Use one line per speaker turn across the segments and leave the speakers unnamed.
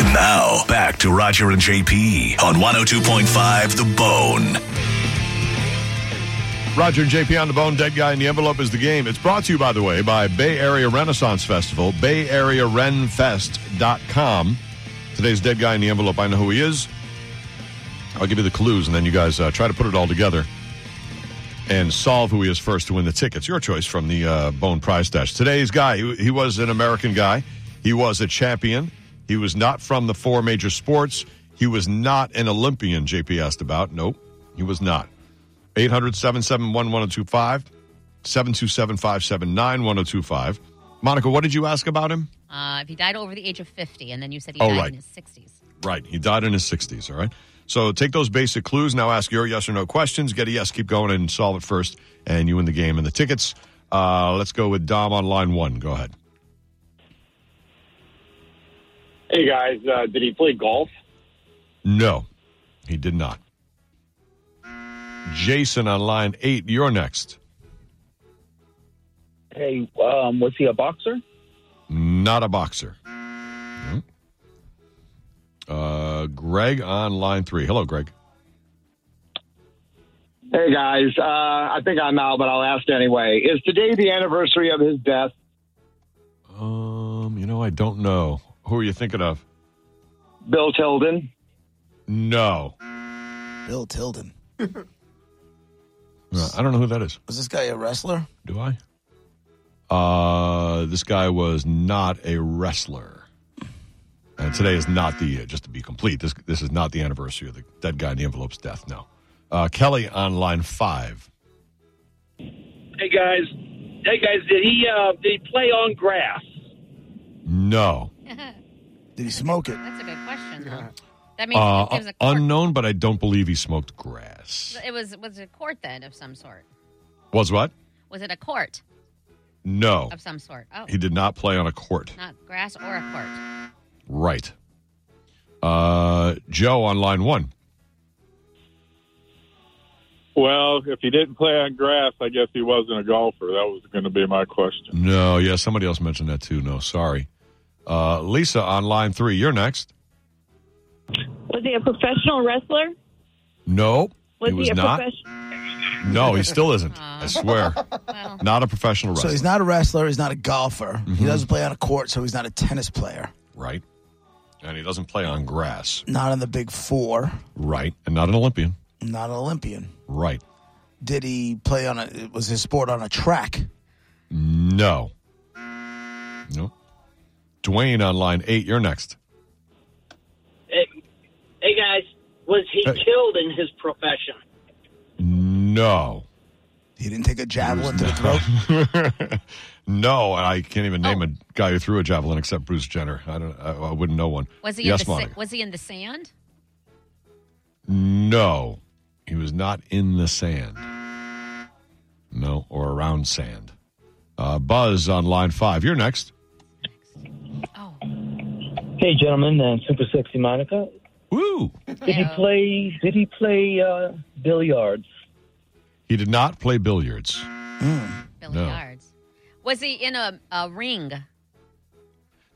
Now, back to Roger and JP on 102.5 The Bone.
Roger and JP on the bone, dead guy in the envelope is the game. It's brought to you, by the way, by Bay Area Renaissance Festival, Bay Area Renfest.com. Today's dead guy in the envelope, I know who he is. I'll give you the clues, and then you guys uh, try to put it all together and solve who he is first to win the tickets. Your choice from the uh, Bone Prize Stash. Today's guy, he, he was an American guy. He was a champion. He was not from the four major sports. He was not an Olympian, JP asked about. Nope, he was not. 800 771 1025, 727 579 1025. Monica, what did you ask about him?
Uh, if he died over the age of 50, and then you said he
Oh,
died
right.
in his 60s.
Right. He died in his 60s. All right. So take those basic clues. Now ask your yes or no questions. Get a yes, keep going, and solve it first. And you win the game and the tickets. Uh, let's go with Dom on line one. Go ahead.
Hey guys, uh, did he play golf?
No, he did not. Jason on line eight. You're next.
Hey, um, was he a boxer?
Not a boxer. Mhm. Uh, Greg on line three. Hello, Greg.
Hey guys, uh, I think I'm out, but I'll ask anyway. Is today the anniversary of his death?
Um, you know, I don't know. Who are you thinking of?
Bill Tilden.
No.
Bill Tilden.
Uh, I don't know who that is.
Was this guy a wrestler?
Do I? Uh, this guy was not a wrestler. And today is not the just to be complete. This this is not the anniversary of the dead guy in the envelope's death. No, uh, Kelly on line five.
Hey guys, hey guys, did he uh, did he play on grass?
No,
Did he smoke it?
That's a good question. though. That means
uh,
it was a court.
unknown, but I don't believe he smoked grass.
it was was it a court then of some sort.
Was what?
Was it a court
No,
of some sort? Oh,
he did not play on a court.
not grass or a court.
Right. Uh, Joe on line one.
Well, if he didn't play on grass, I guess he wasn't a golfer. That was going to be my question.
No, yeah, somebody else mentioned that too. No, sorry. Uh, Lisa on line three. You're next.
Was he a professional wrestler?
No,
Was
he was
a
not.
professional?
No, he still isn't. I swear.
Well,
Not a professional
So
wrestler.
he's not a wrestler. He's not a golfer. He
Mm-hmm.
doesn't play on a court, so he's not a tennis player.
Right. And he doesn't play on grass.
Not on the big four.
Right. And not an Olympian.
Not an Olympian.
Right.
Did he play on a? Was his sport on a track?
No. No. Dwayne on line eight. You're next.
Hey, hey guys, was he
Hey.
killed in his profession?
No.
He didn't take a javelin to the throat.
no, and I can't even name
Oh.
a guy who threw a javelin except Bruce Jenner. I don't. I, I wouldn't know one.
was he
yes,
in the sa-
Monica?
was he in the sand?
No, he was not in the sand. No, or around sand. Uh, Buzz on line five. You're next.
Oh,
Hey, gentlemen, and super sexy Monica.
Woo!
Did he
Yeah.
play? Did he play uh, billiards?
He did not play billiards.
Billy
No.
Yards. Was he in a, a ring?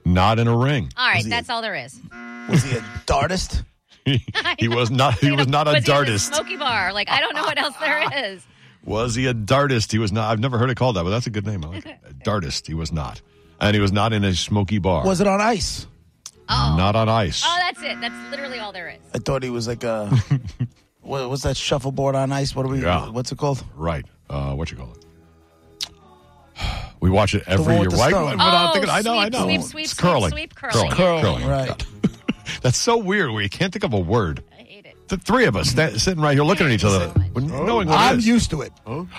Not in a ring.
All right,
he-
that's all there is.
Was he a dartist?
he was not. He was not a
was he in the
dartist.
Smoky bar. Like I don't know what else there is.
Was he a dartist? He was not. I've never heard it called that, but that's a good name. I like it. A dartist. He was not, and he was not in a smoky bar.
Was it on ice?
Oh,
not on ice.
oh, that's it. That's literally all there is.
I thought he was like a. what, what's that shuffleboard on ice? What are we?
Yeah.
What's it called?
Right. Uh, what you call it? We watch it every
one
year.
with the
Why-
stone.
why-
Oh,
I'm thinking- I know, I
sweep,
know.
sweep,
It's
sweep, sweep,
curling.
sweep, curling.
curling.
Right.
That's so weird. We can't think of a word.
I hate it.
The three of us sta- sitting right here looking at each other, knowing what it
Oh, I'm
is.
used to it.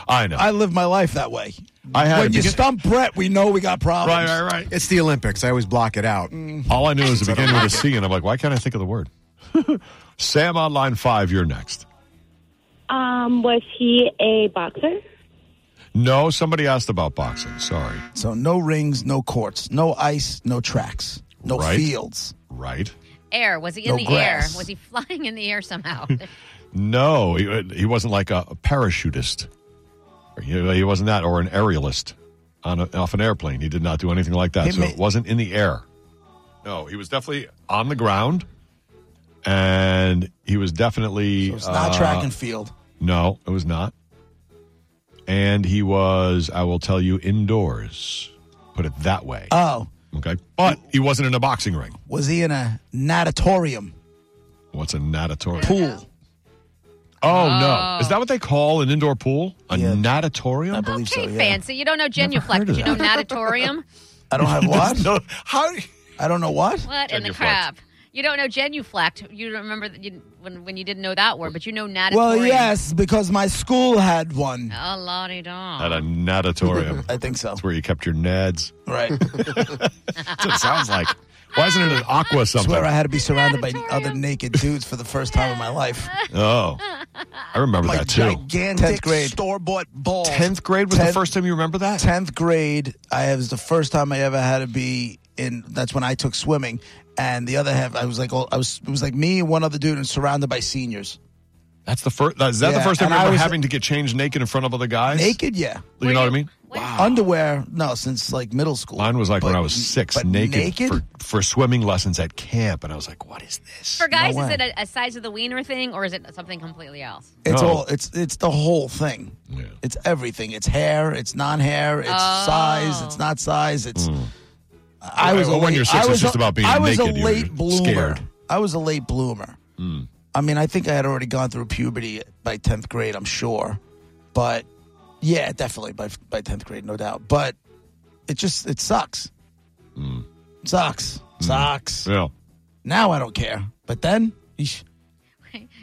I know.
I live my life that way.
I had
when
a
you
begin-
stump Brett, we know we got problems.
Right, right, right.
It's the Olympics. I always block it out.
All I knew is it
I don't
began with a
like
C, and I'm like, why can't I think of the word? Sam on line five, you're next.
Um, was he a boxer?
No, somebody asked about boxing. Sorry.
So no rings, no courts, no ice, no tracks, no
Right.
fields.
Right.
Air. Was he in
No
the
grass.
air? Was he flying in the air somehow?
No, he, he wasn't like a, a parachutist. He, he wasn't that, or an aerialist on a, off an airplane. He did not do anything like that.
He
so
ma-
it wasn't in the air. No, he was definitely on the ground, and he was definitely.
It's not
uh,
track and field.
No, it was not. And he was, I will tell you, indoors. Put it that way.
Oh,
Okay. But he wasn't in a boxing ring.
was he in a natatorium?
What's a natatorium?
Pool.
Oh, no. Is that what they call an indoor pool? A natatorium? I
believe
hey, fancy. You don't know genuflect,
heard of
but you know
that.
natatorium.
I don't have what?
no, how?
I don't know what.
What in the
Genuflect.
crap? You don't know genuflect. You don't remember that you, when when you didn't know that word, but you know natatorium.
Well, yes, because my school had one.
Oh, lordy da.
At a natatorium.
I think so. That's
where you kept your nads.
Right.
That's what it sounds like. Why isn't it an aqua
I
something?
swear I had to be surrounded by other naked dudes for the first time in my life.
oh. I remember
My
that too.
gigantic store bought ball.
Tenth grade was the first time you remember that.
Tenth grade, I it was the first time I ever had to be in. That's when I took swimming, and the other half, I was like, all, I was it was like me and one other dude, and surrounded by seniors.
That's the first. Is that the
Yeah,
first time
and
you
I
remember
was-
having to get changed naked in front of other guys?
Naked, yeah.
You know what I mean?
Underwear, no, since like middle school.
Mine was like when I was six,
but
naked,
naked?
For, for swimming lessons at camp, and I was like, "What is this?"
For guys,
No
is
way.
it a, a size of the wiener thing, or is it something completely else?
It's
No.
all. It's it's the whole thing. It's everything. It's hair. It's non-hair. It's
Oh.
size. It's not size. It's. I
Hmm. Right,
was a
well, when
late-
you're six,
I
it's
was
just
a-
about being
I was
naked.
a
You're
late bloomer.
scared. Hmm.
I was a late bloomer. I mean, I think I had already gone through puberty by tenth grade. I'm sure, but yeah, definitely by by tenth grade, no doubt. But it just it sucks. Sucks. Sucks.
Hmm. Yeah.
Now I don't care, but then. eesh.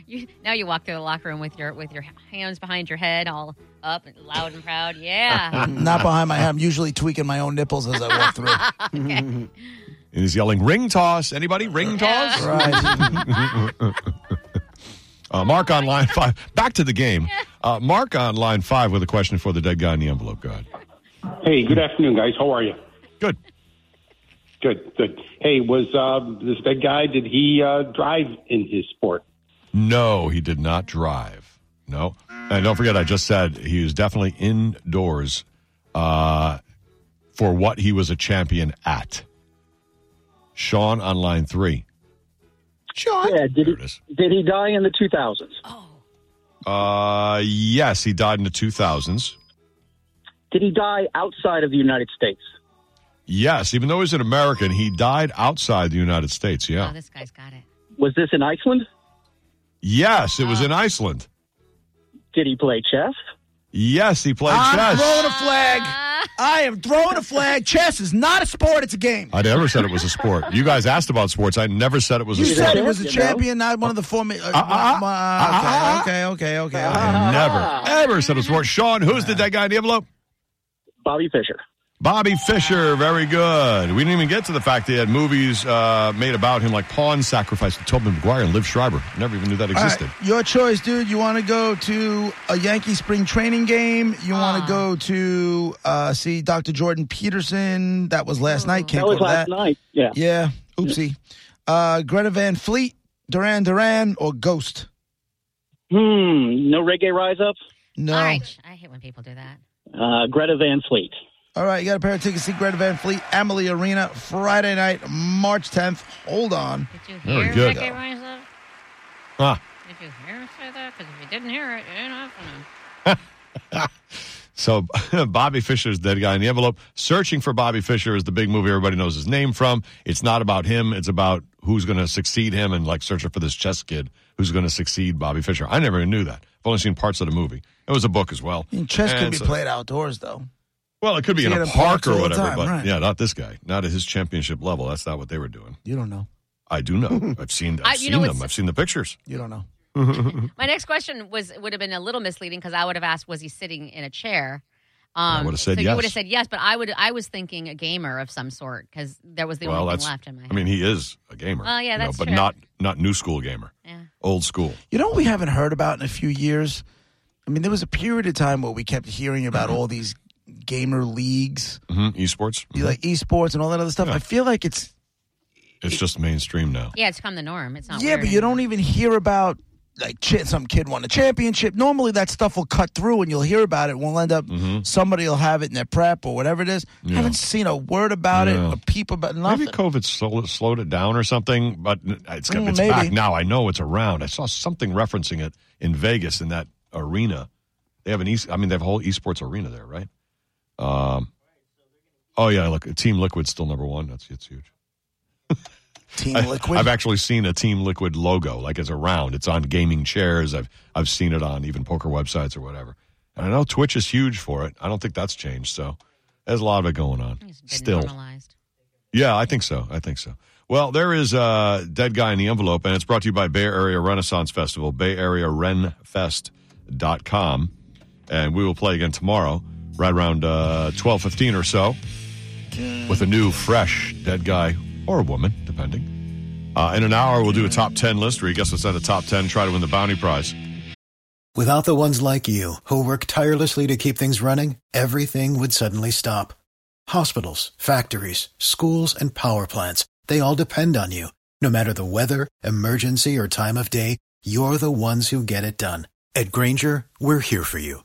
You, now you walk through the locker room with your with your hands behind your head, all up and loud and proud. Yeah.
Not behind my head. I'm usually tweaking my own nipples as I walk through.
Okay.
And he's yelling, "Ring toss! Anybody? Ring toss!" uh, Mark on line five. Back to the game. Uh, Mark on line five with a question for the dead guy in the envelope. God.
Hey, good afternoon, guys. How are you?
Good.
Good, good. Hey, was uh, this big guy, did he uh, drive in his sport?
No, he did not drive. No. And don't forget, I just said he was definitely indoors uh, for what he was a champion at. Sean on line three.
Sean.
Yeah, did he, did he die in the 2000s?
Uh, yes, he died in the 2000s.
Did he die outside of the United States?
Yes, even though he's an American, he died outside the United States. Yeah.
Oh, this guy's got it.
Was this in Iceland?
Yes, it was in Iceland.
Did he play chess?
Yes, he played
I'm
chess.
throwing
Ah.
a
Uh,
flag. I am throwing a flag. Chess is not a sport; it's a game.
I never said it was a sport. You guys asked about sports. I never said it was
You
a sport.
said it was a champion, not one of the four. ma-
Ah,
uh, uh, okay, okay, okay, okay.
I never, ever said a sport. Sean, who's the dead guy in the envelope?
Bobby Fischer.
Bobby Fischer, very good. We didn't even get to the fact that he had movies uh, made about him, like Pawn Sacrifice with Tobey Maguire and Liv Schreiber. Never even knew that
All right,
existed.
your choice, dude. You want to go to a Yankee spring training game? You want
Ah.
to go to uh, see Dr. Jordan Peterson? That was last night.
Hmm.
Can't
That was
go to
last
that.
night, yeah.
Yeah. Oopsie. Uh, Greta Van Fleet, Duran Duran, or Ghost?
Hmm. No reggae rise up?
No.
All right. I hate when people do that.
Uh, Greta Van Fleet.
All right, you got a pair of tickets to see Greta Van Fleet, Emily Arena, Friday night, March 10th. Hold on.
Did you
Very
hear
good.
Ricky Rise up?
Ah.
Did you hear him say that? Because if you didn't hear it, you didn't have to know.
So Bobby Fischer's dead guy in the envelope. Searching for Bobby Fischer is the big movie everybody knows his name from. It's not about him. It's about who's going to succeed him and like searching for this chess kid who's going to succeed Bobby Fischer. I never knew that. I've only seen parts of the movie. It was a book as well.
I mean, chess
And
can be
so-
played outdoors, though.
Well, it could be
See
in
it
a
in
park
parks
or
all the
whatever,
time,
but
right.
yeah, not this guy. Not at his championship level. That's not what they were doing.
You don't know.
I do know. I've seen.
I-
I've
you
seen
know,
them.
it's-
I've seen the pictures.
You don't know.
My next question was would have been a little misleading because I would have asked, was he sitting in a chair? Um,
I would've said
so You
yes.
would have said yes, but I would. I was thinking a gamer of some sort because there was the
well,
only
that's.
thing left in my head.
I mean, he is a gamer.
Well, yeah,
you know,
that's
but
true.
not not new school gamer. Yeah. Old school.
You know what we haven't heard about in a few years? I mean, there was a period of time where we kept hearing
Mm-hmm.
about all these gamer leagues,
hmm Esports.
you like esports and all that other stuff. I feel like it's
Mm-hmm. It's just mainstream now.
yeah, it's come the norm. It's not.
yeah,
weird
but you don't even hear about like chi- some kid won a championship. Normally, that stuff will cut through, and you'll hear about it. and We'll end up
Mm-hmm.
somebody will have it in their prep or whatever it is. Haven't seen a word about
Yeah.
it, a peep about nothing.
Maybe COVID slow, slowed it down or something, but it's, got
Mm,
it's back
maybe.
now. I know it's around. I saw something referencing it in Vegas in that arena. They have an East, I mean, they have a whole esports arena there, right? Um, oh, yeah, look, Team Liquid's still number one. That's it's huge.
Team
I,
Liquid?
I've actually seen a Team Liquid logo, like it's around. It's on gaming chairs. I've I've seen it on even poker websites or whatever. And I know Twitch is huge for it. I don't think that's changed. So there's a lot of it going on. Still.
normalized.
Yeah, I think so. I think so. Well, there is uh, Dead Guy in the Envelope, and it's brought to you by Bay Area Renaissance Festival, Bay Area Renfest.com. And we will play again tomorrow, right around uh, 12.15 or so, with a new, fresh Dead Guy or woman, depending. Uh, in an hour, we'll do a top 10 list where you guess what's at the top 10, try to win the bounty prize.
Without the ones like you, who work tirelessly to keep things running, everything would suddenly stop. Hospitals, factories, schools, and power plants, they all depend on you. No matter the weather, emergency, or time of day, you're the ones who get it done. At Granger, we're here for you